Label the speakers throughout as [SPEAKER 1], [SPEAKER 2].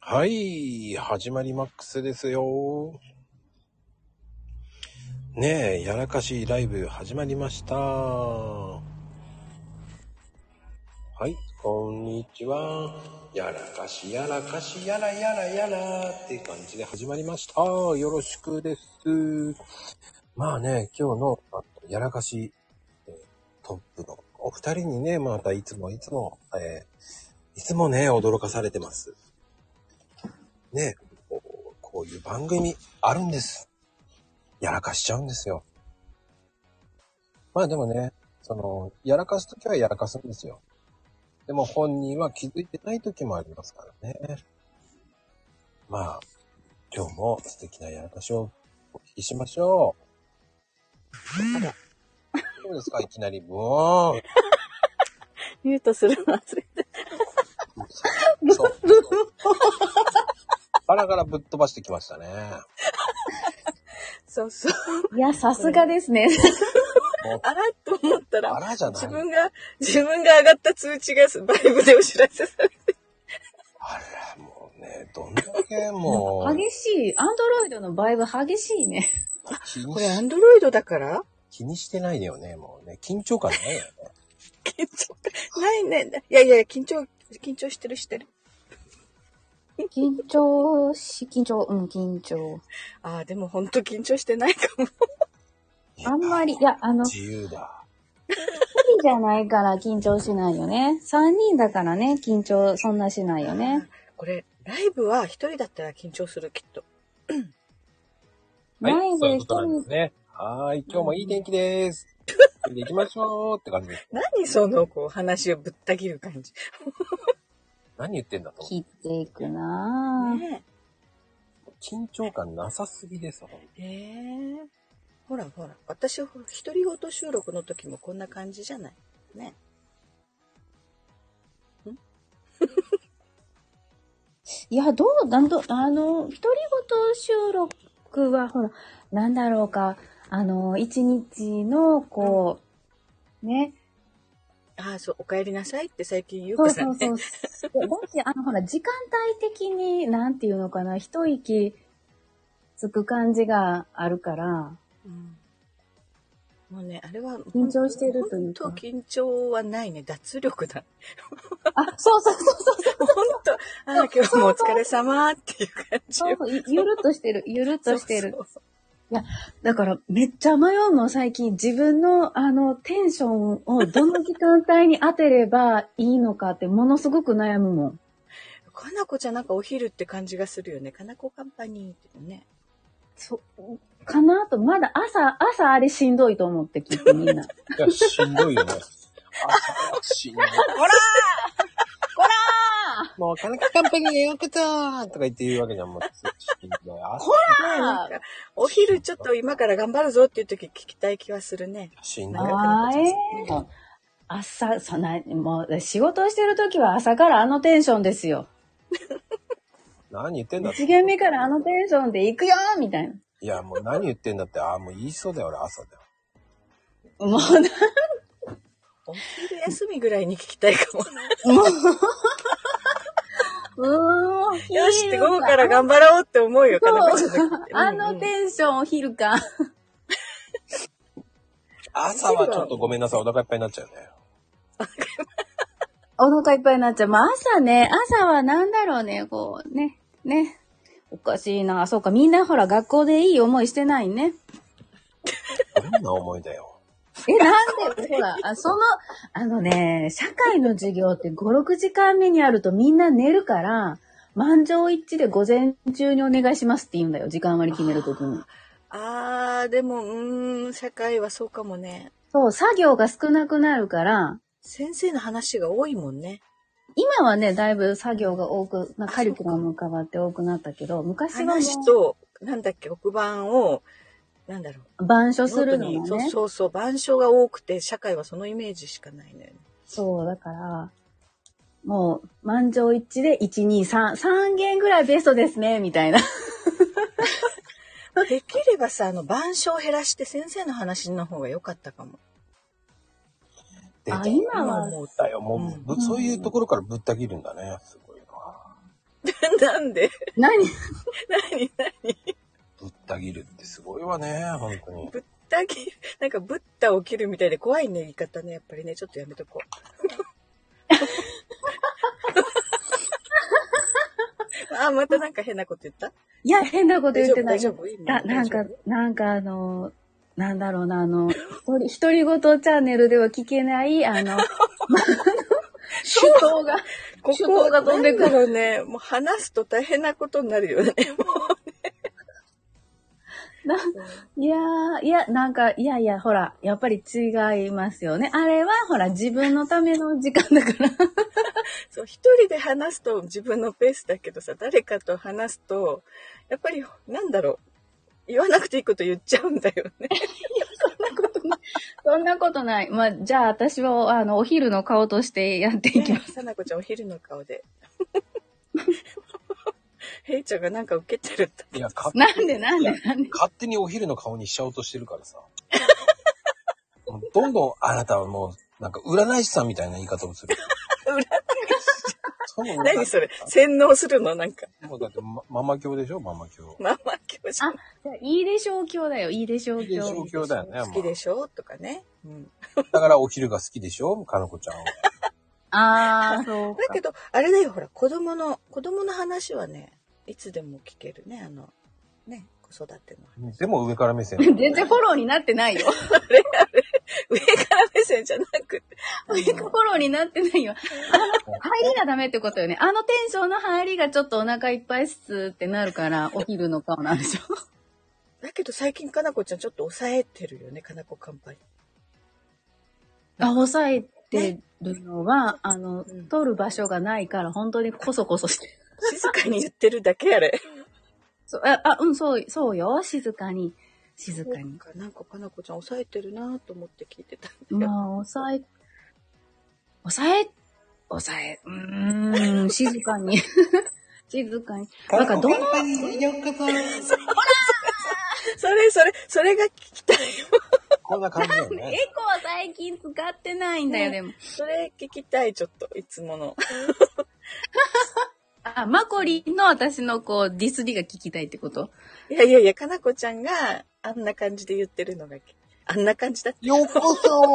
[SPEAKER 1] はい、始まりマックスですよ。ねえ、やらかしライブ始まりました。はい、こんにちは。やらかしやらかしやらやらやらって感じで始まりました。よろしくです。まあね、今日のあやらかし、えートップのお二人にね、またいつもいつも、えーいつもね、驚かされてます。ね、こうこういう番組あるんです。やらかしちゃうんですよ。まあでもね、その、やらかすときはやらかすんですよ。でも本人は気づいてないときもありますからね。まあ、今日も素敵なやらかしをお聞きしましょう。どうですかいきなり、ブーン。
[SPEAKER 2] ミュートするの忘れて。
[SPEAKER 1] そう。バラからぶっ飛ばしてきましたね。
[SPEAKER 2] そうそう。
[SPEAKER 3] いや、さすがですね。
[SPEAKER 1] もう
[SPEAKER 2] あらと思った
[SPEAKER 1] バ
[SPEAKER 2] ら、
[SPEAKER 1] ラじゃない。
[SPEAKER 2] 自分が、自分が上がった通知がバイブでお知らせされて。
[SPEAKER 1] あら、もうね、どんだけもう、
[SPEAKER 3] 激しい。アンドロイドのバイブ激しいね。
[SPEAKER 1] 気に
[SPEAKER 2] これア
[SPEAKER 1] し
[SPEAKER 2] ンドロイドだから
[SPEAKER 1] 気にしてないよね、もうね。緊張感ないよね。
[SPEAKER 2] 緊張感ないね。いやいや、緊張、緊張してるしてる。
[SPEAKER 3] 緊張し、緊張、うん、緊張。
[SPEAKER 2] ああ、でもほんと緊張してないかも。
[SPEAKER 3] あんまり、いや、あの、一
[SPEAKER 1] 自由だ。
[SPEAKER 3] 人じゃないから緊張しないよね。三人だからね、緊張そんなしないよね。
[SPEAKER 2] これ、ライブは一人だったら緊張する、きっと。
[SPEAKER 3] ライブ
[SPEAKER 1] そうい
[SPEAKER 3] 一
[SPEAKER 1] うことなんで
[SPEAKER 3] 人
[SPEAKER 1] す、ね。はーい、今日もいい天気です。それで行きましょうって感じです。
[SPEAKER 2] 何その、こう、話をぶった切る感じ。
[SPEAKER 1] 何言ってんだと思
[SPEAKER 3] 切っていくなぁ。
[SPEAKER 2] ね
[SPEAKER 1] う。緊張感なさすぎです、ほんと
[SPEAKER 2] え。えーほらほら、私、ほら一人ごと収録の時もこんな感じじゃないね。
[SPEAKER 3] いや、どう、なんと、あの、一人ごと収録は、ほら、なんだろうか、あの、一日の、こう、ね、
[SPEAKER 2] ああ、そう、お帰りなさいって最近ゆう
[SPEAKER 3] そ
[SPEAKER 2] こ
[SPEAKER 3] う
[SPEAKER 2] さ
[SPEAKER 3] そ
[SPEAKER 2] ん
[SPEAKER 3] うそ
[SPEAKER 2] ね。
[SPEAKER 3] う。いやだし、あの、ほら、時間帯的に、なんていうのかな、一息つく感じがあるから、
[SPEAKER 2] うんもうね、あれは、
[SPEAKER 3] 緊張してるというか
[SPEAKER 2] 本当緊張はないね。脱力だ。
[SPEAKER 3] あ、そうそうそうそう
[SPEAKER 2] 本当ああ、今日もお疲れ様っていう感じ
[SPEAKER 3] そう
[SPEAKER 2] よ。
[SPEAKER 3] そう、ゆゆるっとしてる、ゆるっとしてる。
[SPEAKER 2] そうそう
[SPEAKER 3] だから、めっちゃ迷うの、最近。自分の、あの、テンションをどの時間帯に当てればいいのかって、ものすごく悩むもん。
[SPEAKER 2] そうかなこちゃんなんかお昼って感じがするよね。かなこカンパニーってね。
[SPEAKER 3] そう、かなと、まだ朝、朝あれしんどいと思って、きっとみ んな。
[SPEAKER 1] いや、しんどいよね。あ、しんどい。
[SPEAKER 3] こら
[SPEAKER 1] もう、田中カンパニーへようこそとか言って言うわけじゃん、もう。しんどい。あ
[SPEAKER 2] なんかお昼ちょっと今から頑張るぞっていう時聞きたい気はするね。
[SPEAKER 1] しんどい。
[SPEAKER 3] あーええもう朝、そんな、もう、仕事をしてるときは朝からあのテンションですよ。
[SPEAKER 1] 何言ってんだって
[SPEAKER 3] 一限目からあのテンションで行くよーみたいな。
[SPEAKER 1] いや、もう何言ってんだって、ああ、もう言いそうだよ、俺、朝だよ。
[SPEAKER 3] もうな、
[SPEAKER 2] お昼休みぐらいに聞きたいかも。
[SPEAKER 3] うーん、お
[SPEAKER 2] よしって
[SPEAKER 3] 昼。
[SPEAKER 2] 午後からら頑張ろうって思うよ、かなこちゃん
[SPEAKER 3] そ
[SPEAKER 2] だ
[SPEAKER 3] う
[SPEAKER 2] け。
[SPEAKER 3] あの
[SPEAKER 2] うんうん
[SPEAKER 3] テンションお昼か。
[SPEAKER 1] 朝はちょっとごめんなさい、お腹いっぱいになっちゃうね。
[SPEAKER 3] お腹いっぱいになっちゃう。まあ朝ね、朝はなんだろうね、こう、ね、ね。おかしいな。そうか、みんなほら学校でいい思いしてないね。
[SPEAKER 1] どんな思いだよ。
[SPEAKER 3] え、なんで、ほら、あその、あのね、社会の授業って5、6時間目にあるとみんな寝るから、満場一致で午前中にお願いしますって言うんだよ、時間割り決めるときに。
[SPEAKER 2] あー、でも、うーん、社会はそうかもね。
[SPEAKER 3] そう、作業が少なくなるから、
[SPEAKER 2] 先生の話が多いもんね。
[SPEAKER 3] 今はね、だいぶ作業が多く、まあ、カリキュラム変わって多くなったけど、昔はも
[SPEAKER 2] 話と、なんだっけ、黒板を、なんだろう。
[SPEAKER 3] う、板書するの
[SPEAKER 2] ノート
[SPEAKER 3] も
[SPEAKER 2] にそう
[SPEAKER 3] ね。
[SPEAKER 2] そうそう、板書が多くて、社会はそのイメージしかないのよね。
[SPEAKER 3] そう、だから、もう、満場一致で1、2、3、3件ぐらいベストですね、みたいな。
[SPEAKER 2] できればさ、あの、板書を減らして先生の話の方が良かったかも。
[SPEAKER 1] で
[SPEAKER 3] あ今は
[SPEAKER 1] 思ったよ。もう、ぶ
[SPEAKER 2] うん
[SPEAKER 1] そういうところからぶった切るんだね。すごいな。
[SPEAKER 2] なんで
[SPEAKER 3] 何
[SPEAKER 2] 何何
[SPEAKER 1] ぶった切るってすごいわね、本当に。
[SPEAKER 2] ぶった切るなんかブッダを切るみたいで怖いね、言い方ね。やっぱりね、ちょっとやめとこ う。 あ、またなんか変なこと言った
[SPEAKER 3] いや、変なこと言ってない。
[SPEAKER 2] 大丈夫大丈夫
[SPEAKER 3] だなん
[SPEAKER 2] 大
[SPEAKER 3] か
[SPEAKER 2] 丈夫、
[SPEAKER 3] なんかあの、なんだろうな、あの、独り独り言チャンネルでは聞けない、あ の、まああの手法が、
[SPEAKER 2] こ
[SPEAKER 3] 手法
[SPEAKER 2] こ
[SPEAKER 3] が飛んでく
[SPEAKER 2] な
[SPEAKER 3] る
[SPEAKER 2] んだろうね。もう話すと大変なことになる よね。も
[SPEAKER 3] ないやー、いや、なんか、いやいや、ほら、やっぱり違いますよね。あれは、ほら、自分のための時間だから。
[SPEAKER 2] うそう、一人で話すと自分のペースだけどさ、誰かと話すと、やっぱり、なんだろう。言わなくていいこと言っちゃうんだよ ね。
[SPEAKER 3] そんなことない。まあ、じゃあ、私は、あの、お昼の顔としてやっていきま
[SPEAKER 2] ね
[SPEAKER 3] す。
[SPEAKER 2] さなこちゃんお昼の顔で。 ヘイちゃんがなんか受けてるって。
[SPEAKER 1] いや、勝
[SPEAKER 3] なんで、なんで、なんで。
[SPEAKER 1] 勝手にお昼の顔にしちゃおうとしてるからさ。もうどんどんあなたはもう、なんか占い師さんみたいな言い方をする。
[SPEAKER 2] 占い
[SPEAKER 1] その
[SPEAKER 2] 何それ洗脳するのなんか。
[SPEAKER 1] もうだって、ま、ママ教でしょママ教。
[SPEAKER 2] ママ教師。
[SPEAKER 3] あいいでしょう、今日だよ。いいでしょう、
[SPEAKER 1] いいで
[SPEAKER 3] 今
[SPEAKER 1] しょう
[SPEAKER 3] 日。
[SPEAKER 1] 教だよね。
[SPEAKER 2] 好きで
[SPEAKER 1] し
[SPEAKER 2] しょとかね。うん。
[SPEAKER 1] ょ。だからお昼が好きでしょかのこちゃんは。
[SPEAKER 3] あー、そう
[SPEAKER 2] だ
[SPEAKER 3] か
[SPEAKER 2] け。ど、あれだよ、ほら、子供の、子供の話はね、いつでも聞けるね、あの、ね、子育ての話。
[SPEAKER 1] でも上から目線。
[SPEAKER 3] 全然フォローになってないよ。
[SPEAKER 2] 上から目線じゃなくて。
[SPEAKER 3] ウィークフォローになってないよ。あの、入りがダメってことよね。あのテンションの入りがちょっとお腹いっぱいっすってなるから、お昼の顔なんでしょ。
[SPEAKER 2] だけど最近、かなこちゃんちょっと抑えてるよね、かなこカンパニー。
[SPEAKER 3] あ、抑えてるのは、あの
[SPEAKER 2] うん、
[SPEAKER 3] 撮る場所がないから、本当にコソコソしてる。
[SPEAKER 2] 静かに言ってるだけあれ。
[SPEAKER 3] そう、あ、あうん、そう、そうよ。静かに。静か
[SPEAKER 2] なん
[SPEAKER 3] に。
[SPEAKER 2] か、なんか、かなこちゃん抑えてるなと思って聞いてたんだよ。
[SPEAKER 3] まあ、抑え、抑え、抑え、うーん、静か に。静かに。なんか、どの、
[SPEAKER 2] それ、それ、それが聞きたいよ。
[SPEAKER 1] こんな感じだよ
[SPEAKER 3] エ
[SPEAKER 1] ね。
[SPEAKER 3] コは最近使ってないんだよ、でも。
[SPEAKER 2] それ聞きたい、ちょっと、いつもの。
[SPEAKER 3] あ、マコリンの私のこう、ディスりが聞きたいってこと
[SPEAKER 2] いやいやいや、かなこちゃんが、あんな感じで言ってるのが、あんな感じだって。
[SPEAKER 1] ようこそわ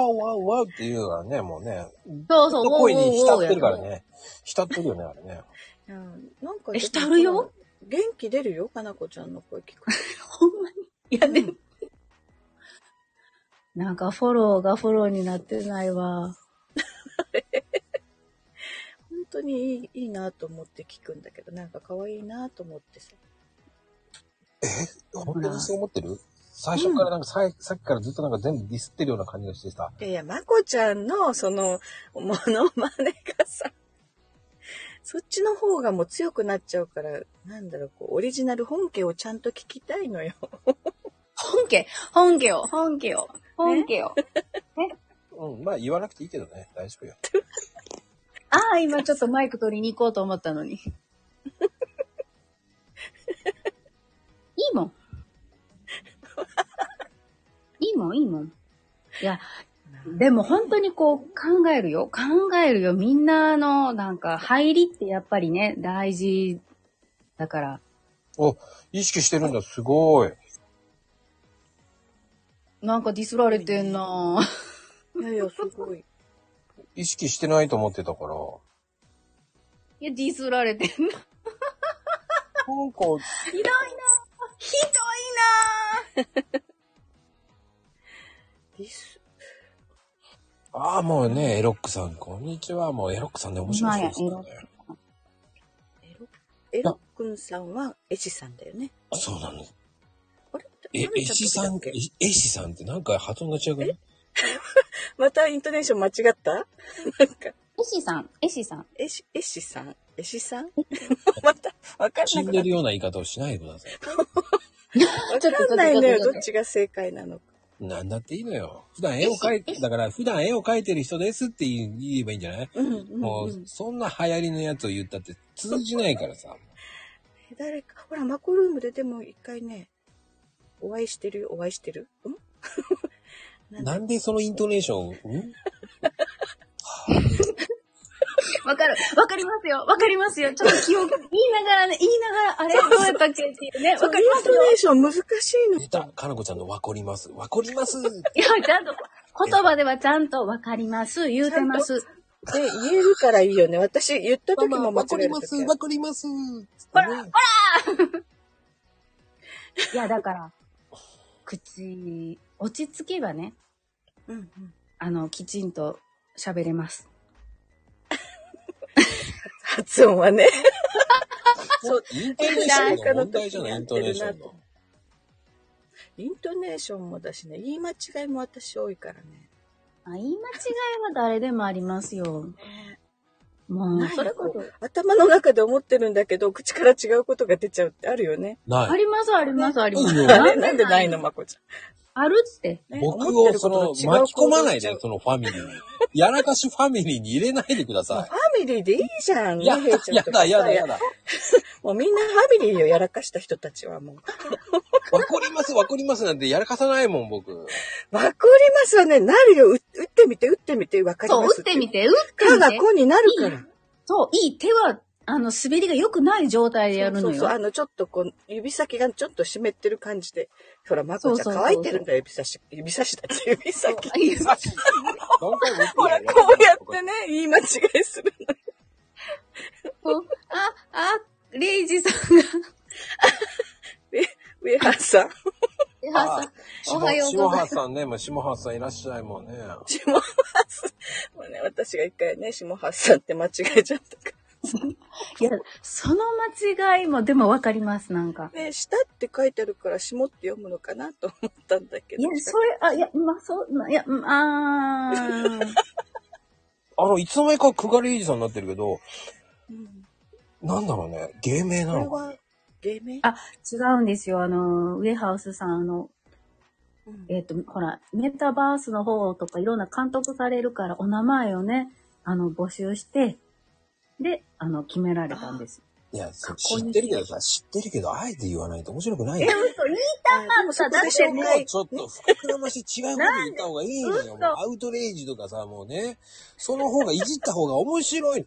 [SPEAKER 1] うわうわうっていうからね、もうね。
[SPEAKER 3] そうそう、
[SPEAKER 1] 声に浸
[SPEAKER 3] ウォーウォーウォー
[SPEAKER 1] ってるから
[SPEAKER 3] や
[SPEAKER 1] ね。浸ってるよね、あれね。
[SPEAKER 2] うん、なんか、
[SPEAKER 3] え浸るよ
[SPEAKER 2] 元気出るよ、かなこちゃんの声聞くと。
[SPEAKER 3] ほんまに。いや、でも。なんかフォローがフォローになってないわ。
[SPEAKER 2] 本当にいいいいなと思って聞くんだけど、なんか可愛いなと思ってさ。
[SPEAKER 1] 本当にそう思ってる最初からなんかさ,、さっきからずっとなんか全部ディスってるような感じがしてさ。
[SPEAKER 2] いやいや、まこちゃんの、その、ものまねがさ、そっちの方がもう強くなっちゃうから、なんだろう、こう、オリジナル本家をちゃんと聞きたいのよ。
[SPEAKER 3] 本家、本家を、本家を、本家を。
[SPEAKER 1] うん、まあ言わなくていいけどね。大丈夫よ。
[SPEAKER 3] ああ、今ちょっとマイク取りに行こうと思ったのに。い いもん。いいもん、いいもん。いや、でも本当にこう考えるよ。考えるよ。みんなあの、なんか入りってやっぱりね、大事だから。
[SPEAKER 1] お、意識してるんだ。すごい。
[SPEAKER 3] なんかディスられてんなぁ。
[SPEAKER 2] いやいや、すごい。
[SPEAKER 1] 意識してないと思ってたから。
[SPEAKER 3] いや、ディスられてんな。
[SPEAKER 1] なんか、
[SPEAKER 3] ひどいなひどいな
[SPEAKER 2] ディス
[SPEAKER 1] ああ、もうね、エロックさん、こんにちは。もうエロックさんで面白いですよね。
[SPEAKER 2] エロ、エロくんさんは、エシさんだよね。
[SPEAKER 1] そうなの。
[SPEAKER 2] あれ
[SPEAKER 1] え、エシさん、
[SPEAKER 2] け
[SPEAKER 1] えエシさんってなんか発音が違うね。
[SPEAKER 2] またイントネーション間違ったなんか、
[SPEAKER 3] エシさん、エシさん。
[SPEAKER 2] エシ、エシさんエシさん また、わかん
[SPEAKER 1] 死
[SPEAKER 2] なんく
[SPEAKER 1] で
[SPEAKER 2] なっ
[SPEAKER 1] るような言い方をしないでください。
[SPEAKER 2] た。わかんないの
[SPEAKER 3] ちょっとちょっとちょっ
[SPEAKER 2] よ、
[SPEAKER 3] と
[SPEAKER 2] どっちが正解なのか。
[SPEAKER 1] なんだっていいのよ。普段絵を描いて、だから普段絵を描いてる人ですって言う言えばいいんじゃない
[SPEAKER 2] うん、うん、
[SPEAKER 1] も
[SPEAKER 2] う、。
[SPEAKER 1] うんそんな流行りのやつを言ったって通じないからさ。
[SPEAKER 2] 誰か、ほら、マコルームででも一回ね、お会いしてるよ、お会いしてる。ん なんだ
[SPEAKER 1] なんでそのイントネーション、ん
[SPEAKER 3] わかる。わかりますよ。わかりますよ。ちょっと記憶、言いながらね、言いながら、あれどうやったっけっていうね。わかります
[SPEAKER 2] イン
[SPEAKER 3] よ
[SPEAKER 2] ト。ネーション難しいの。
[SPEAKER 1] 出た、かなこちゃんのわかります。わかります。
[SPEAKER 3] いや、ちゃんと、言葉ではちゃんとわかります。言うてます。
[SPEAKER 2] で、言えるからいいよね。私、言った時
[SPEAKER 1] ママ
[SPEAKER 2] も間違
[SPEAKER 1] わか
[SPEAKER 2] え
[SPEAKER 1] り
[SPEAKER 2] る
[SPEAKER 1] ます。
[SPEAKER 2] 時あ
[SPEAKER 1] わかります。
[SPEAKER 3] ほら
[SPEAKER 1] ね
[SPEAKER 3] いや、だから、口、落ち着けばね、
[SPEAKER 2] るうんうん
[SPEAKER 3] あの、きちんと喋れます。
[SPEAKER 2] 発音はね。そう
[SPEAKER 1] イントネーションの問題じゃない、イントネーションの。
[SPEAKER 2] イントネーションもだしね、言い間違いも私多いからね。
[SPEAKER 3] あ言い間違いは誰でもありますよ。もう、
[SPEAKER 2] ない
[SPEAKER 3] それこそ。
[SPEAKER 2] 頭の中で思ってるんだけど、口から違うことが出ちゃうってあるよね。
[SPEAKER 1] ない
[SPEAKER 3] あ。ります、あります、あります。
[SPEAKER 2] あれ なんでないの、まこち
[SPEAKER 3] あるって。
[SPEAKER 2] ゃん。ね
[SPEAKER 1] 僕
[SPEAKER 2] 思って
[SPEAKER 1] を
[SPEAKER 2] る
[SPEAKER 1] そ
[SPEAKER 2] こと
[SPEAKER 1] の
[SPEAKER 2] と違う
[SPEAKER 1] 巻き込まない
[SPEAKER 2] 行動
[SPEAKER 1] で
[SPEAKER 2] し、ち
[SPEAKER 1] そのファミリーに。やらかしファミリーに入れないでくだ
[SPEAKER 2] ゃう
[SPEAKER 1] さ
[SPEAKER 2] ファミリーでいいじゃん。
[SPEAKER 1] い。や
[SPEAKER 2] ね へい
[SPEAKER 1] だ
[SPEAKER 2] ち、ゃん
[SPEAKER 1] や
[SPEAKER 2] と
[SPEAKER 1] だ、
[SPEAKER 2] か
[SPEAKER 1] やだ、
[SPEAKER 2] さ
[SPEAKER 1] やだ。
[SPEAKER 2] もうみんなファミリーをやらかした人たちはもう、
[SPEAKER 1] わかります、わかりますなんてやらかさないもん、僕。
[SPEAKER 2] わかりますわね。なるよ。う打ってみて、打ってみて、わかり
[SPEAKER 3] そ
[SPEAKER 2] ま
[SPEAKER 3] う、
[SPEAKER 2] す
[SPEAKER 3] 打
[SPEAKER 2] っ。
[SPEAKER 3] っててみて、打って
[SPEAKER 2] か
[SPEAKER 3] み
[SPEAKER 2] が
[SPEAKER 3] て。
[SPEAKER 2] こになるから。
[SPEAKER 3] そう、いい手は、あの、滑りが良くない状態でやるの
[SPEAKER 2] そうそうそう
[SPEAKER 3] よ。
[SPEAKER 2] あの、ちょっとこう、指先がちょっと湿ってる感じで。ほら、まこちゃ
[SPEAKER 3] そ
[SPEAKER 2] ん
[SPEAKER 3] うそうそうそう
[SPEAKER 2] 乾いてるんだよ、指差し。指差しだって、指先。
[SPEAKER 3] あいい
[SPEAKER 1] 何回も言って
[SPEAKER 2] ほら、
[SPEAKER 1] るよ
[SPEAKER 2] こうやってね、言い間違いするの。
[SPEAKER 3] そうあ、あ、レイジさんが、
[SPEAKER 2] 上原さん。
[SPEAKER 3] エハ
[SPEAKER 1] あ
[SPEAKER 3] さん、おはようござ
[SPEAKER 1] 下
[SPEAKER 3] います。
[SPEAKER 1] 原さんね、もう下原さんいらっしゃいもんね。
[SPEAKER 2] 下原さん。もうね、私が一回ね、下原さんって間違えちゃったか
[SPEAKER 3] いや、その間違いも、でもわかります、なんか。
[SPEAKER 2] ら。ね、下って書いてあるから、下って読むのかなと思ったんだけ
[SPEAKER 3] い
[SPEAKER 2] ど。
[SPEAKER 3] や、それ、あ、いや、まあ、そう、まあいや、うんあー。
[SPEAKER 1] あの、いつの間にか久我礼二さんになってるけど、
[SPEAKER 2] うん
[SPEAKER 1] なんだろうね、芸名な
[SPEAKER 2] これ
[SPEAKER 1] のか。
[SPEAKER 2] は、芸名
[SPEAKER 3] あ、違うんですよ。あの、ウェハウスさん、あの、
[SPEAKER 2] うん
[SPEAKER 3] えっ、と、ほら、メタバースの方とかいろんな監督されるから、お名前をね、あの、募集して、で、あの、決められたんです。
[SPEAKER 1] いや、そ
[SPEAKER 3] かっこいい
[SPEAKER 1] 知ってるけどさ、知ってるけど、あえて言わないと面白くない
[SPEAKER 3] え、
[SPEAKER 1] よ。
[SPEAKER 3] 嘘、言い
[SPEAKER 2] あでもそこで紹
[SPEAKER 1] も
[SPEAKER 2] 介
[SPEAKER 1] うちょっと膨らまし違うこと言った方がいいのよ。もう
[SPEAKER 3] なんで嘘
[SPEAKER 1] アウトレイジとかさ、もうね、その方がいじった方が面白い。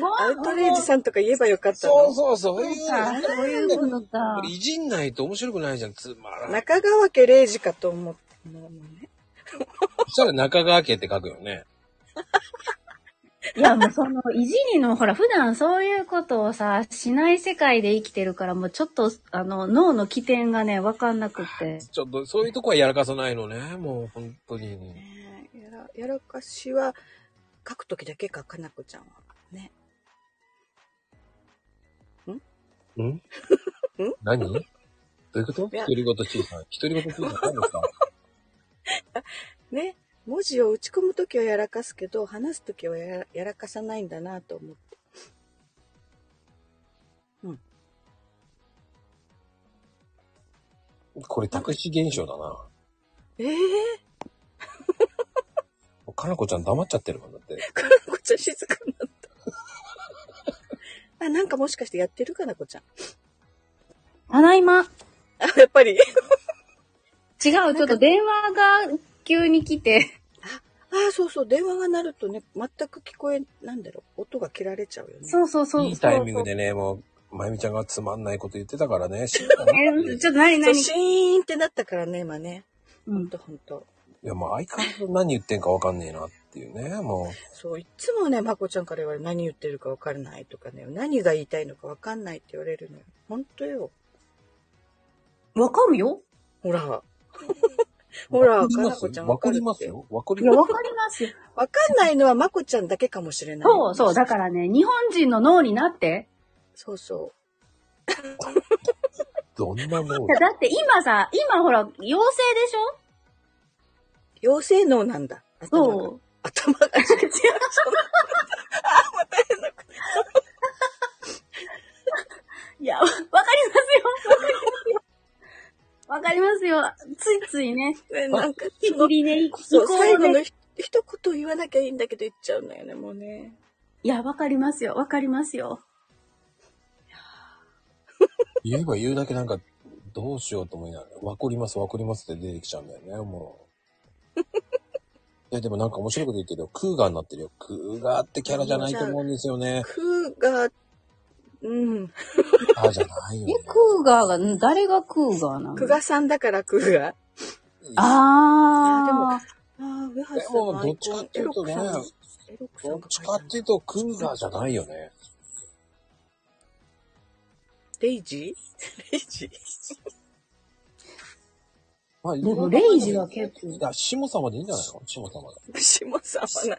[SPEAKER 3] も
[SPEAKER 2] アウトレイジさんとか言えばよかった
[SPEAKER 1] そう
[SPEAKER 2] の。
[SPEAKER 1] そうそう。
[SPEAKER 3] そうか、そういうことか
[SPEAKER 1] こ。れいじんないと面白くないじゃん。つまらない。
[SPEAKER 2] 中川家レイジかと思ったのもね。
[SPEAKER 1] そしたら中川家って書くよね。
[SPEAKER 3] いや、もうその、いじりの、ほら、普段そういうことをさ、しない世界で生きてるから、もうちょっと、あの、脳の起点がね、わかんなくって。
[SPEAKER 1] ちょっと、そういうとこはやらかさないのね。もう、本当に。
[SPEAKER 2] ねえやらやらかしは書くときだけか、かなこちゃんは。ね。
[SPEAKER 1] ん何どういうこと
[SPEAKER 2] いや
[SPEAKER 1] 一人ごとちいさん。一人ごとちいさん、何ですか
[SPEAKER 2] ね。文字を打ち込むときはやらかすけど、話すときはやらやらかさないんだなと思って。
[SPEAKER 1] これ、タクシー現象だな。
[SPEAKER 2] ええ
[SPEAKER 1] もうかなこちゃん黙っちゃってるもんだって。
[SPEAKER 2] かなこちゃん静かになった。あ、 なんかもしかしてやってるかなこちゃん。
[SPEAKER 3] ただいま。
[SPEAKER 2] あ、やっぱり。
[SPEAKER 3] 違う、ちょっと電話が急に来て。
[SPEAKER 2] あ、そうそう。電話が鳴るとね、全く聞こえ、なんだろう、音が切られちゃうよね。
[SPEAKER 3] そうそうそう。
[SPEAKER 1] いいタイミングでね、もう、まゆみちゃんがつまんないこと言ってたからね。死んだ
[SPEAKER 3] そう
[SPEAKER 1] な
[SPEAKER 3] そう。えー、ちょっと何
[SPEAKER 2] そう
[SPEAKER 3] 何
[SPEAKER 2] シーンってなったからね、今ね。
[SPEAKER 3] う
[SPEAKER 2] ほん
[SPEAKER 3] ん
[SPEAKER 2] とほんと。
[SPEAKER 1] いや、もう相変わらず何言ってんかわかんねえなっていうね。も
[SPEAKER 2] そう、いつもね、まこちゃんから言われる、何言ってるか分からないとかね、何が言いたいのか分かんないって言われるのよ。ほんとよ。
[SPEAKER 3] わかるよ。
[SPEAKER 2] ほら。
[SPEAKER 1] う。
[SPEAKER 2] ほら、
[SPEAKER 1] わか
[SPEAKER 2] か
[SPEAKER 1] り
[SPEAKER 2] な
[SPEAKER 1] ます
[SPEAKER 2] こちゃん
[SPEAKER 1] わ
[SPEAKER 2] 分
[SPEAKER 1] か
[SPEAKER 2] かる
[SPEAKER 1] りま
[SPEAKER 2] っ
[SPEAKER 1] す
[SPEAKER 2] て。
[SPEAKER 1] よ。わかり
[SPEAKER 3] いや、
[SPEAKER 1] ま
[SPEAKER 3] わ
[SPEAKER 1] す。
[SPEAKER 3] かりますよ。
[SPEAKER 2] 分かんないのはまこちゃんだけかもしれない。
[SPEAKER 3] そうそう。。だからね、日本人の脳になって。
[SPEAKER 2] そうそ
[SPEAKER 1] どんなもん
[SPEAKER 3] いや、だって今さ、今ほら、妖精でしょ
[SPEAKER 2] う。妖精能なんだ。頭が
[SPEAKER 3] そう。
[SPEAKER 2] 頭が違 う。
[SPEAKER 3] いや、わわかりますよ。わかりますよ。ついついね。
[SPEAKER 2] ね、なんか、
[SPEAKER 3] 日々ね、
[SPEAKER 2] そう、
[SPEAKER 3] 移行
[SPEAKER 2] 最後の
[SPEAKER 3] で
[SPEAKER 2] ひ一言言わなきゃいいんだけど言っちゃうんだよね、もうね。
[SPEAKER 3] いや、わかりますよ。わかりますよ。
[SPEAKER 1] 言えば言うだけなんか、どうしようと思いながら、わかります、わかりますって出てきちゃうんだよね、もう。や、でもなんか面白いこと言ってるよ。クーガーになってるよ。クーガーってキャラじゃないと思うんですよね。
[SPEAKER 2] クーガー、うん。
[SPEAKER 1] あーじゃないよ、ね
[SPEAKER 3] え、。クーガーが、ん誰がクーガーなの
[SPEAKER 2] クガさんだからクーガー。い
[SPEAKER 3] あー。
[SPEAKER 2] やでもああ、上原
[SPEAKER 1] で
[SPEAKER 2] さんの
[SPEAKER 1] も、
[SPEAKER 2] ア
[SPEAKER 1] どっ
[SPEAKER 2] イ
[SPEAKER 1] ち
[SPEAKER 2] コ
[SPEAKER 1] かっ
[SPEAKER 2] ン。
[SPEAKER 1] ていうとね、
[SPEAKER 2] エロ
[SPEAKER 1] ど
[SPEAKER 2] くさんエロくさん
[SPEAKER 1] っちかっていうと、クーガーじゃないよね。
[SPEAKER 2] レイジーレイジー
[SPEAKER 1] まあ、
[SPEAKER 3] でもレイジは結構
[SPEAKER 1] いや、下様でいいんじゃないの下様で。
[SPEAKER 2] 下様な、それ。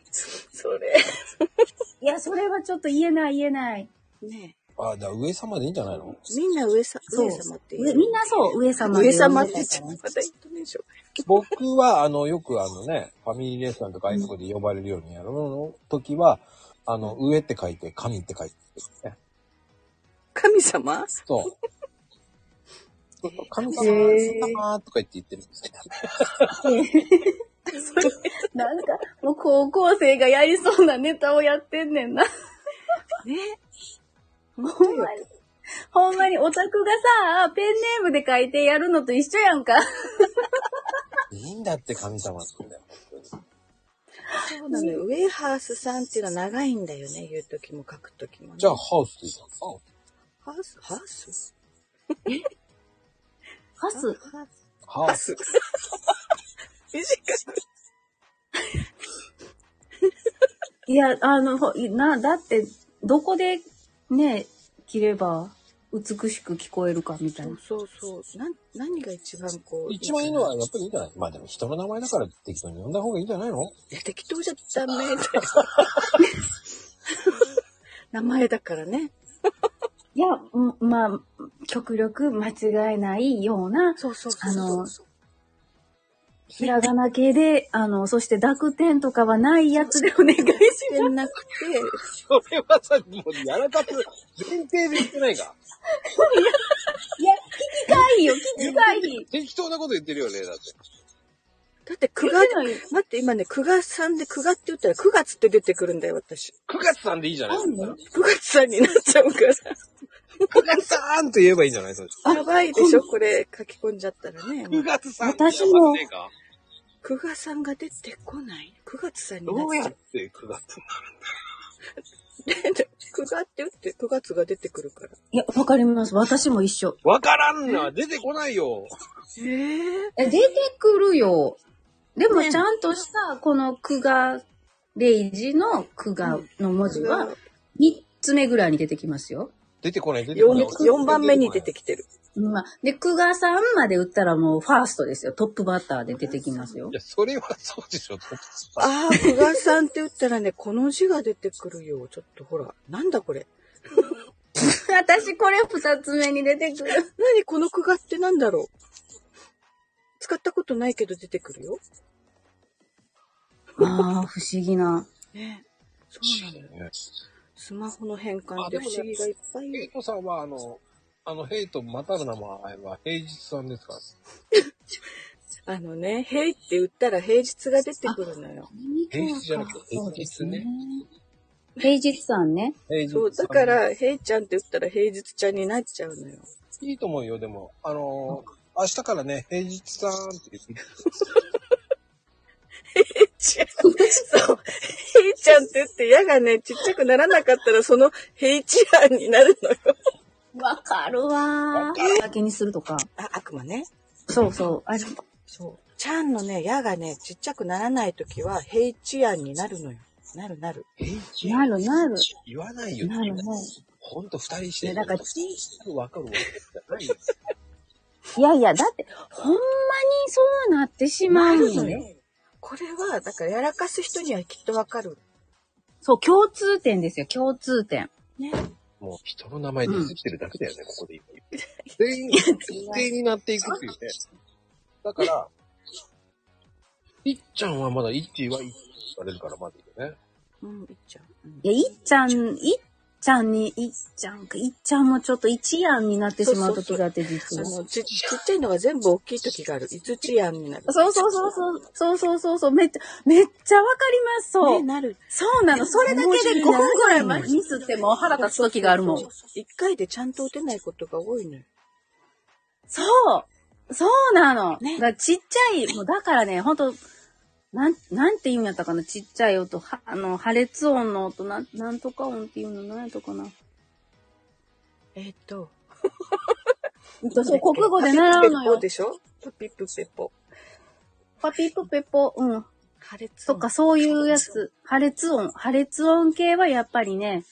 [SPEAKER 3] いや、それはちょっと言えない言えない。
[SPEAKER 2] ね
[SPEAKER 1] あー、だから上様でいいんじゃない の
[SPEAKER 2] えみんな上さ、上様って言
[SPEAKER 3] 上
[SPEAKER 2] う。
[SPEAKER 3] みんなそう、上様
[SPEAKER 2] 上様って言っちゃう。
[SPEAKER 3] う
[SPEAKER 2] ま。たイントネーション。
[SPEAKER 1] 僕は、あの、よくあのね、ファミリーレストランとかああいうとこで呼ばれるようにやるの時は、あの、上って書いて、神って書いて、ね。
[SPEAKER 2] 神様
[SPEAKER 1] そう。神様、
[SPEAKER 3] へー
[SPEAKER 1] 神様とか言って言ってるんですね。
[SPEAKER 3] なんか、もう高校生がやりそうなネタをやってんねんな。
[SPEAKER 2] ね
[SPEAKER 3] ほんまに。ほんまにオタクがさ、ペンネームで書いてやるのと一緒やんか。
[SPEAKER 1] いいんだって神様って言うんだよ。
[SPEAKER 2] そうなのよ。ウェーハースさんっていうのは長いんだよね。言うときも書くときも、ね。
[SPEAKER 1] じゃあ、、ハウスでいいじゃん。
[SPEAKER 2] ハースハース
[SPEAKER 3] ハ
[SPEAKER 2] ハ
[SPEAKER 3] ス。
[SPEAKER 2] ース
[SPEAKER 1] ハ
[SPEAKER 2] ハ
[SPEAKER 1] ウス。
[SPEAKER 2] ス短く。
[SPEAKER 3] いや、あの、ほな、だって、どこでね、着れば美しく聞こえるかみたいな。
[SPEAKER 2] そうそうそう。なん、何が一番こう。
[SPEAKER 1] 一番いいのはやっぱりいいんじゃないまあでも人の名前だから適当に呼んだ方がいいんじゃないの
[SPEAKER 2] いや、適当じゃダメだよ 名前だからね。
[SPEAKER 3] いや、うんまあ、極力間違えないような、
[SPEAKER 2] そうそう
[SPEAKER 3] あの
[SPEAKER 2] そう。
[SPEAKER 3] ひらがな系で、あの、そして濁点とかはないやつでお願いし
[SPEAKER 2] じゃなくて、
[SPEAKER 1] それはさ、もうやらかく前提で言ってないか。
[SPEAKER 3] いや、聞きたいよ、聞きたい。
[SPEAKER 1] 適当なこと言ってるよね、だって。
[SPEAKER 2] だって9月、待って今ね、9月さんで9月って言ったら9月って出てくるんだよ、私。
[SPEAKER 1] 9月さんでいいじゃない
[SPEAKER 3] なんで
[SPEAKER 2] 9月さんになっちゃうから。
[SPEAKER 1] 9月さんと言えばいいんじゃないそれ
[SPEAKER 2] やばいでしょ、これ書き込んじゃったらね。
[SPEAKER 1] 9月さん
[SPEAKER 3] 私も
[SPEAKER 1] やばくねえか
[SPEAKER 2] 9月さんが出てこない。9月さんになっ
[SPEAKER 1] どう
[SPEAKER 2] ちゃ
[SPEAKER 1] やっ
[SPEAKER 2] う。
[SPEAKER 1] て9月
[SPEAKER 2] 9月って打って9月が出てくるから。
[SPEAKER 3] いや、わかります。私も一緒。
[SPEAKER 1] わからんな出てこないよ
[SPEAKER 2] ええ
[SPEAKER 3] え、出てくるよ。でも、
[SPEAKER 2] ね
[SPEAKER 3] ちゃんとした、この久我、レイジの久我の文字は、3つ目ぐらいに出てきますよ。
[SPEAKER 1] 出てこない、出てこない。
[SPEAKER 2] 4, 四番目に出てきてる。
[SPEAKER 3] まあ、で、久我さんまで打ったらもう、ファーストですよ。トップバッターで出てきますよ
[SPEAKER 1] い。や、それはそうでしょ。
[SPEAKER 2] ああ、久我さんって打ったらね、この字が出てくるよ。ちょっとほら、なんだこれ。
[SPEAKER 3] 私、これ2つ目に出てくる。
[SPEAKER 2] 何この久我ってなんだろう使ったことないけど出てくるよ。
[SPEAKER 3] ああ、不思議な。
[SPEAKER 2] ねそうなのよ。
[SPEAKER 1] ね
[SPEAKER 2] スマホの変換
[SPEAKER 1] あ
[SPEAKER 2] で
[SPEAKER 1] で
[SPEAKER 2] 不
[SPEAKER 1] もね
[SPEAKER 2] 思議がいっぱい
[SPEAKER 1] ヘイトさんは、あの、あの、ヘイト、またの名前は平日さんですから。
[SPEAKER 2] あのね、平って言ったら平日が出てくるのよ。
[SPEAKER 1] 平日じゃなくて平日ね。
[SPEAKER 3] 平日さんね。
[SPEAKER 1] 平日さん
[SPEAKER 2] そう、だか、ら、平ちゃんって言ったら平日ちゃんになっちゃうのよ。
[SPEAKER 1] いいと思うよ、でも。あのー、明日からね、平日さんって言って。
[SPEAKER 2] 平ちゃん。そう。平ちゃんって言って矢がね、ちっちゃくならなかったらその平ちゃんになるのよ。
[SPEAKER 3] わかるわー。だけにするとか。
[SPEAKER 2] あ、悪魔ね。
[SPEAKER 3] そうそう。あ、じゃ
[SPEAKER 2] そう。ちゃんのね、矢がね、ちっちゃくならないときは平ちゃんになるのよ。なるなる。
[SPEAKER 1] 平日
[SPEAKER 3] なるなる。
[SPEAKER 1] 言わないよ。
[SPEAKER 3] なるなる
[SPEAKER 1] ほんと二人して。
[SPEAKER 3] ねだから
[SPEAKER 1] わかるわけじゃないよ。
[SPEAKER 3] いやいや、だって、ほんまにそうなってしまうのよ。
[SPEAKER 2] これは、だからやらかす人にはきっとわかる。
[SPEAKER 3] そう、共通点ですよ、共通点。
[SPEAKER 2] ね。
[SPEAKER 1] もう人の名前出てきてるだけだ よね、ここで今言って。全員、一定になっていくっていうね。だから、いっちゃんはまだ、いっちはいっち言われるからまだいいよね。
[SPEAKER 2] うん、いっちゃん。うん
[SPEAKER 3] いや、いっちゃん、いっちゃんに、いっちゃんか、いっちゃんもちょっと一やんになってしまう時があって、実
[SPEAKER 2] あ
[SPEAKER 3] は。
[SPEAKER 2] のち、ちっちゃいのが全部大きい時がある。いつちやんになる。
[SPEAKER 3] そうそうそうそう、そうそうそうそう、めっちゃ、めっちゃわかります、そう。
[SPEAKER 2] ね、なる。
[SPEAKER 3] そうなの、それだけで5分ぐらい前
[SPEAKER 2] 文字
[SPEAKER 3] ミスってもう腹立つ時があるもん
[SPEAKER 2] そう。そうそう。一回でちゃんと打てないことが多いのよ。
[SPEAKER 3] そうそうなの、
[SPEAKER 2] ね
[SPEAKER 3] だからちっちゃい、もうだからね、ほんと、なん、なんて言うんやったかなちっちゃい音、は、あの、破裂音の音、なん、なんとか音っていうのなんやったかな
[SPEAKER 2] えっと、
[SPEAKER 3] そう、国語で習
[SPEAKER 2] パピ
[SPEAKER 3] うの
[SPEAKER 2] プペポ
[SPEAKER 3] よ。
[SPEAKER 2] でしょパピプペポ。
[SPEAKER 3] パピプペポ、うん。
[SPEAKER 2] 破裂
[SPEAKER 3] と
[SPEAKER 2] 音。
[SPEAKER 3] か、そういうやつ。破裂音。破裂音系はやっぱりね、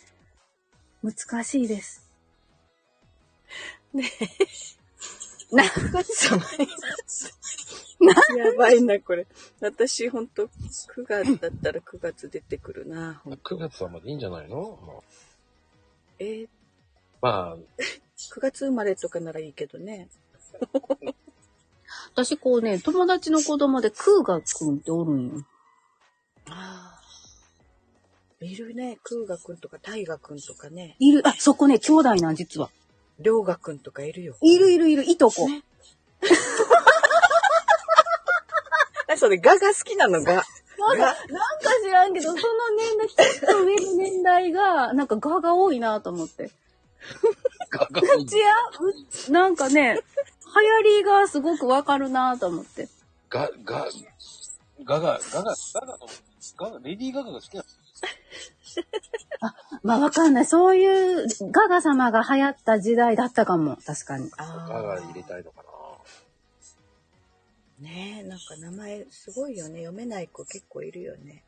[SPEAKER 3] 難しいです。
[SPEAKER 2] ね
[SPEAKER 3] な、
[SPEAKER 2] そう。やばいな、これ。私、ほんと、9月だったら9月出てくるな。
[SPEAKER 1] まあ9月はまだいいんじゃないのもう
[SPEAKER 2] えー、
[SPEAKER 1] まあ、
[SPEAKER 2] 9月生まれとかならいいけどね。
[SPEAKER 3] 私こうね、友達の子供でクーガくんっておるんよ。
[SPEAKER 2] ああ。いるね。空河くんとか大河くんとかね。
[SPEAKER 3] いる、あ、そこね、兄弟なん、実は。
[SPEAKER 2] 涼河くんとかいるよ。
[SPEAKER 3] いるいるいる、いとこ。
[SPEAKER 2] あ、それ、ガが好きなのが。
[SPEAKER 3] なんか、なんか知らんけど、その年代、ちょっと上の年代が、なんかガが多いなと思って。
[SPEAKER 1] ガ ガ
[SPEAKER 3] うちや、うなんかね、流行りがすごくわかるなと思って。
[SPEAKER 1] ガ、ガ、ガガ、ガガ、ガガの、ガガ、レディーガガが好きなの
[SPEAKER 3] まあわかんない。そういうガガ様が流行った時代だったかも。確かに。
[SPEAKER 1] ガ
[SPEAKER 2] あ
[SPEAKER 1] ガ入れたいのかな
[SPEAKER 2] あ。ねえ、なんか名前すごいよね。読めない子結構いるよね。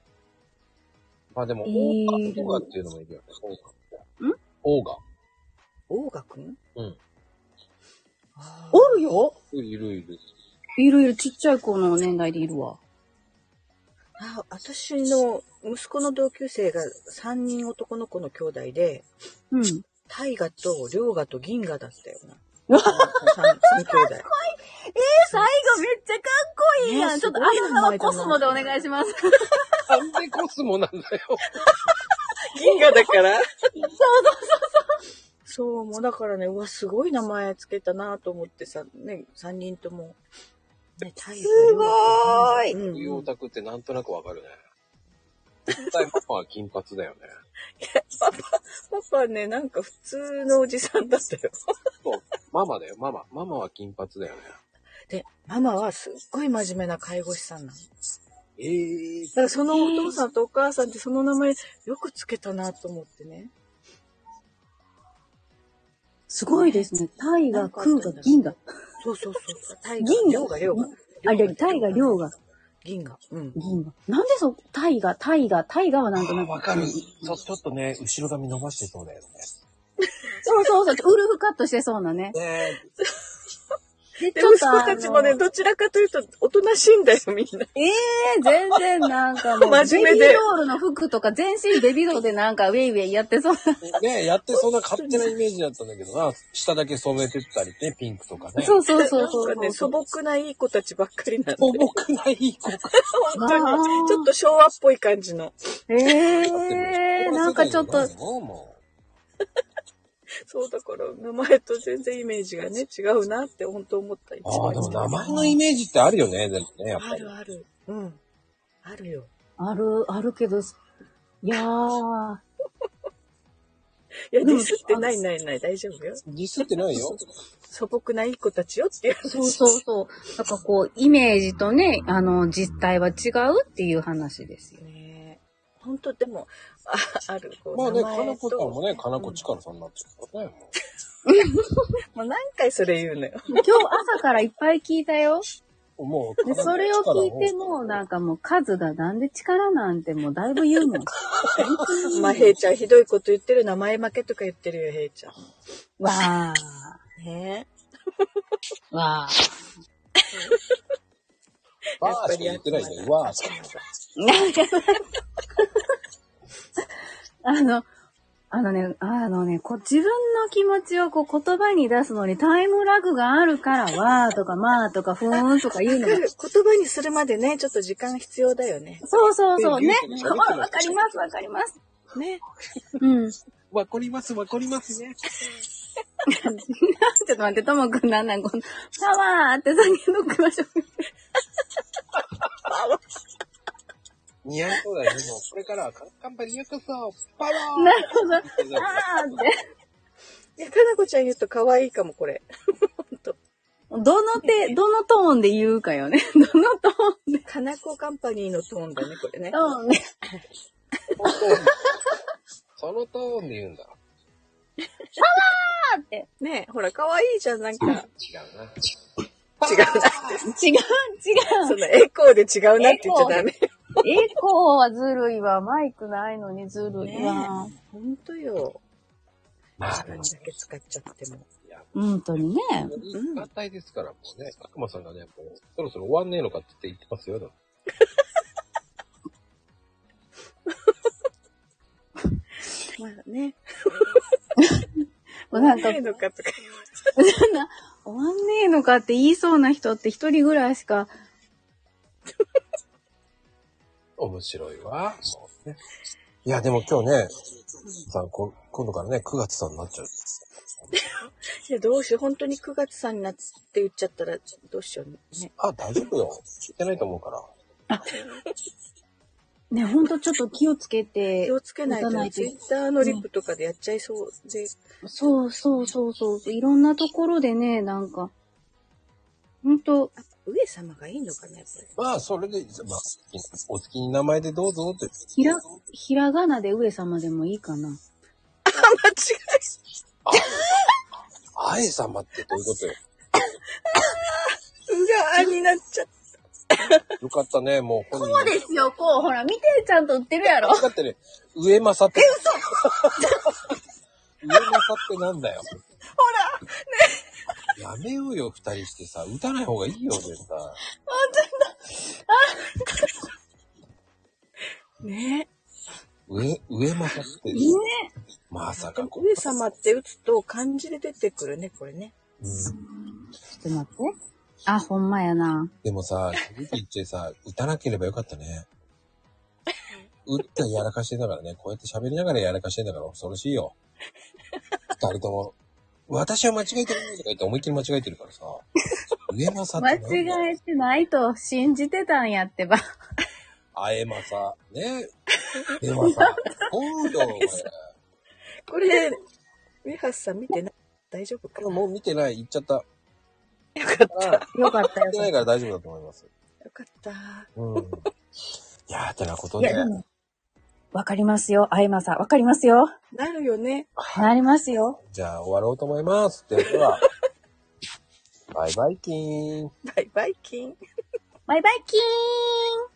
[SPEAKER 1] まあでも、オ
[SPEAKER 3] い
[SPEAKER 1] ー
[SPEAKER 3] い
[SPEAKER 1] ガ、オーガっていうのもいるよね。オーガ。
[SPEAKER 3] ん
[SPEAKER 1] オーガ。
[SPEAKER 2] 大河くん
[SPEAKER 1] うん。
[SPEAKER 2] あー
[SPEAKER 3] おるよ
[SPEAKER 1] いるいる。
[SPEAKER 3] いるいる、ちっちゃい子の年代でいるわ。
[SPEAKER 2] あ、私の息子の同級生が3人男の子の兄弟で、
[SPEAKER 3] うん。
[SPEAKER 2] 大河と涼河と銀河だったよな。
[SPEAKER 3] わ
[SPEAKER 2] 3, 三兄弟。
[SPEAKER 3] えー、最後めっちゃかっこいいやん。
[SPEAKER 2] ね
[SPEAKER 3] ちょっと、
[SPEAKER 2] す
[SPEAKER 3] あ
[SPEAKER 2] ごい名
[SPEAKER 3] やさ
[SPEAKER 2] 前
[SPEAKER 3] ん
[SPEAKER 2] だな
[SPEAKER 3] はコスモでお願いします。
[SPEAKER 1] なんでコスモなんだよ。
[SPEAKER 2] 銀河だから そうそうそう。そう、もうだからね、うわ、すごい名前つけたなと思ってさ、ね、3人とも。ね、大河
[SPEAKER 3] すごーい
[SPEAKER 1] こういうオタクってなんとなくわかるね。絶対パパは金髪だよね。
[SPEAKER 2] パパ、パパね、なんか普通のおじさんだったよ。
[SPEAKER 1] そう、ママだよ、ママ。ママは金髪だよね。
[SPEAKER 2] で、ママはすっごい真面目な介護士さんなの。だ
[SPEAKER 1] ええー。
[SPEAKER 2] からそのお父さんとお母さんってその名前よくつけたなと思ってね。
[SPEAKER 3] すごいですね。タイが、クーが、銀が。
[SPEAKER 2] そうそうそうそう。タイ
[SPEAKER 3] 銀
[SPEAKER 2] 量が量が。
[SPEAKER 3] あ、いや、タイが、リョウが、
[SPEAKER 2] 銀が。うん。
[SPEAKER 3] 銀が。なんでそう、タイが、タイが、タイがはなんとなく。
[SPEAKER 1] わかる。ちょ、ちょっとね、後ろ髪伸ばしてそうだよね。
[SPEAKER 3] そうそうそう、ウルフカットしてそうなね。
[SPEAKER 1] ね
[SPEAKER 3] で、
[SPEAKER 2] で、
[SPEAKER 3] ちょっ
[SPEAKER 2] 息
[SPEAKER 3] とあ
[SPEAKER 2] 子た
[SPEAKER 3] の
[SPEAKER 2] ちもね、どちらかというと、おとなしいんだよ、みんな。
[SPEAKER 3] ええ全然なんかもう、
[SPEAKER 2] 真面目で
[SPEAKER 3] ベビーロールの服とか全身ベビーロールでなんかウェイウェイやってそう。
[SPEAKER 1] え、ねえ、やってそうな勝手なイメージだったんだけどな。下だけ染めてったりね、ピンクとかね。
[SPEAKER 3] そうそうそう
[SPEAKER 2] な
[SPEAKER 3] そ
[SPEAKER 2] んかね、
[SPEAKER 3] う
[SPEAKER 2] 素
[SPEAKER 3] そう。
[SPEAKER 2] 朴ないい子たちばっかりなんで。
[SPEAKER 1] 素朴ない子か。
[SPEAKER 2] 本当に。
[SPEAKER 3] あー
[SPEAKER 2] ちょっと昭和っぽい感じの。
[SPEAKER 3] え
[SPEAKER 1] で
[SPEAKER 3] え
[SPEAKER 1] も
[SPEAKER 3] なんかちょっと、
[SPEAKER 1] も
[SPEAKER 2] そうだから、名前と全然イメージがね、違うなって本当思った。一
[SPEAKER 1] うああ、
[SPEAKER 2] 番
[SPEAKER 1] で
[SPEAKER 2] 一
[SPEAKER 1] も名
[SPEAKER 2] 番。
[SPEAKER 1] 前のイメージってあるよね、でもね、やっぱ
[SPEAKER 2] あ
[SPEAKER 1] り。
[SPEAKER 2] るある。うん。あるよ。
[SPEAKER 3] ある、あるけど、いや
[SPEAKER 2] い
[SPEAKER 3] ー、
[SPEAKER 2] や、
[SPEAKER 3] で
[SPEAKER 2] デ
[SPEAKER 3] も
[SPEAKER 2] ィスってないないない、大丈夫よ。
[SPEAKER 1] ディスってないよ。
[SPEAKER 2] 素朴ないい子たちよっていう。
[SPEAKER 3] そうそうそう。なんかこう、イメージとね、あの、実態は違うっていう話 ですよ。
[SPEAKER 2] ね本当でも、あある。こう
[SPEAKER 1] まあね、
[SPEAKER 2] 名前
[SPEAKER 1] かなこちゃんもね、
[SPEAKER 2] と
[SPEAKER 1] かなこちからさんになってるからね。もう
[SPEAKER 2] もう何回それ言うのよ。
[SPEAKER 3] 今日朝からいっぱい聞いたよ。
[SPEAKER 1] も
[SPEAKER 3] で、
[SPEAKER 1] う、
[SPEAKER 3] それを聞いても、なんかもう数がなんで力なんてもうだいぶ言うもん。
[SPEAKER 2] まあ、ヘイちゃんひどいこと言ってる。名前負けとか言ってるよ、ヘイちゃん。
[SPEAKER 3] わ
[SPEAKER 2] ね
[SPEAKER 3] ー、わー。
[SPEAKER 1] わーしか言ってないね。わーしか言ってない。
[SPEAKER 3] あの、あのね、あのね、こう自分の気持ちをこう言葉に出すのにタイムラグがあるから、わーとかまーとかふーんとか言うの
[SPEAKER 2] 言
[SPEAKER 3] が。
[SPEAKER 2] 葉にするまでね、ちょっと時間必要だよね。
[SPEAKER 3] そうそうそう、ね
[SPEAKER 1] 言う。けど喋ってない
[SPEAKER 3] あわかります、わかります。
[SPEAKER 2] ね。
[SPEAKER 3] うん。 ち
[SPEAKER 1] わかります、わかりますね。
[SPEAKER 3] ょっと待って、ともくんなんなん、この、パワーって叫んどきましょう。
[SPEAKER 1] 似合いそうだよね。もうこれからはカンカンパにようこそ、パワ
[SPEAKER 3] なるほど。あ
[SPEAKER 1] ー
[SPEAKER 3] ーって。
[SPEAKER 2] いや、かなこちゃん言うと可愛いかも、これ。
[SPEAKER 3] うどの手、どのトーンで言うかよね。 どのト
[SPEAKER 2] 金子カンパニーのトーンだね、これね。
[SPEAKER 3] ーンで。
[SPEAKER 1] そのトーンで言うんだ。
[SPEAKER 2] ねほら、可愛いじゃん、なんか。違う
[SPEAKER 1] 違 うな。
[SPEAKER 2] な。
[SPEAKER 3] 違う、違う。
[SPEAKER 2] そのエコーで違うなって言っちゃダメ。
[SPEAKER 3] エコーはずるいわ。マイクないのにずるいわ。
[SPEAKER 2] ほんとよ。
[SPEAKER 1] まあ
[SPEAKER 2] 自、分だけ使っちゃっても。
[SPEAKER 1] いや、
[SPEAKER 3] 本当にね。
[SPEAKER 1] いい反対ですから、もうね、角間さんがね、もう、そろそろ終わんねえのかって言ってますよ。だって
[SPEAKER 2] まあね。
[SPEAKER 3] もうなんか
[SPEAKER 2] いいのかとか言われて
[SPEAKER 3] そんな、終わんねえのかって言いそうな人って一人ぐらいしか、
[SPEAKER 1] 面白いわ。もうね。いや、でも今日ね、さん、こ今度からね、9月さんになっちゃう。
[SPEAKER 2] いや、どうしよう。本当に9月さんになって言っちゃったら、どうしようね。
[SPEAKER 1] あ、大丈夫よ。聞いてないと思うから。
[SPEAKER 3] ね、ほんとちょっと気をつけて
[SPEAKER 2] 気、をつけないと、
[SPEAKER 3] 打たないと
[SPEAKER 2] ツイッターのリップとかでやっちゃいそうで、
[SPEAKER 3] そうそうそうそう、いろんなところでね、なんか、ほんと、
[SPEAKER 2] 上様がいいのかな、やっぱり。
[SPEAKER 1] まあ、それで、まあ、お好きに名前でどうぞって。
[SPEAKER 3] ひら、ひらがなで上様でもいいか
[SPEAKER 2] あ、
[SPEAKER 3] な。
[SPEAKER 2] 間違え
[SPEAKER 1] あえ様ってどういうことよ。
[SPEAKER 2] た。うがーになっちゃった。
[SPEAKER 1] よかったね、もう本人。
[SPEAKER 3] そうですよ、こう、ほら、見て、ちゃんと売ってるやろ。
[SPEAKER 1] よかったね。上政って。 上政ってなんだよ。
[SPEAKER 2] ほ
[SPEAKER 1] やめようよ、二人してさ。打たない方がいいよ、絶対。
[SPEAKER 2] らね
[SPEAKER 1] 上、上政って。
[SPEAKER 3] ね。
[SPEAKER 1] まさかこれ。
[SPEAKER 2] 上様って打つと漢字で出てくるね、これね。
[SPEAKER 1] うん
[SPEAKER 3] ちょっと待って。あ、ほんまやな。
[SPEAKER 1] でもさ、正直言ってさ、打たなければよかったね。打ってやらかしてだからね、こうやって喋りながらやらかしてんだから恐ろしいよ。二人とも、私は間違えてるとか言って思いっきり間違えてるからさ。上政
[SPEAKER 3] 間
[SPEAKER 1] ってなんだよ
[SPEAKER 3] 違えてないと信じてたんやってば。
[SPEAKER 1] あえまさ、ね。でもさ、そうよ、こ
[SPEAKER 2] これ、上橋さん見てない大丈夫か
[SPEAKER 1] れ。もう見てない、言っちゃった。
[SPEAKER 2] よかった。よ
[SPEAKER 3] よかった
[SPEAKER 1] 見てな
[SPEAKER 3] よかっ
[SPEAKER 1] いから大丈夫だと思います。
[SPEAKER 2] かった。
[SPEAKER 1] うん。いやー、てなこと
[SPEAKER 3] た。い
[SPEAKER 1] で、
[SPEAKER 3] や、でも、わかりますよ、あいまさん。わかりますよ。
[SPEAKER 2] なるよね。
[SPEAKER 3] なりますよ。
[SPEAKER 1] じゃあ終わろうと思います。では、バイバイキーン。
[SPEAKER 2] バイバイキン。
[SPEAKER 3] バイバイキーン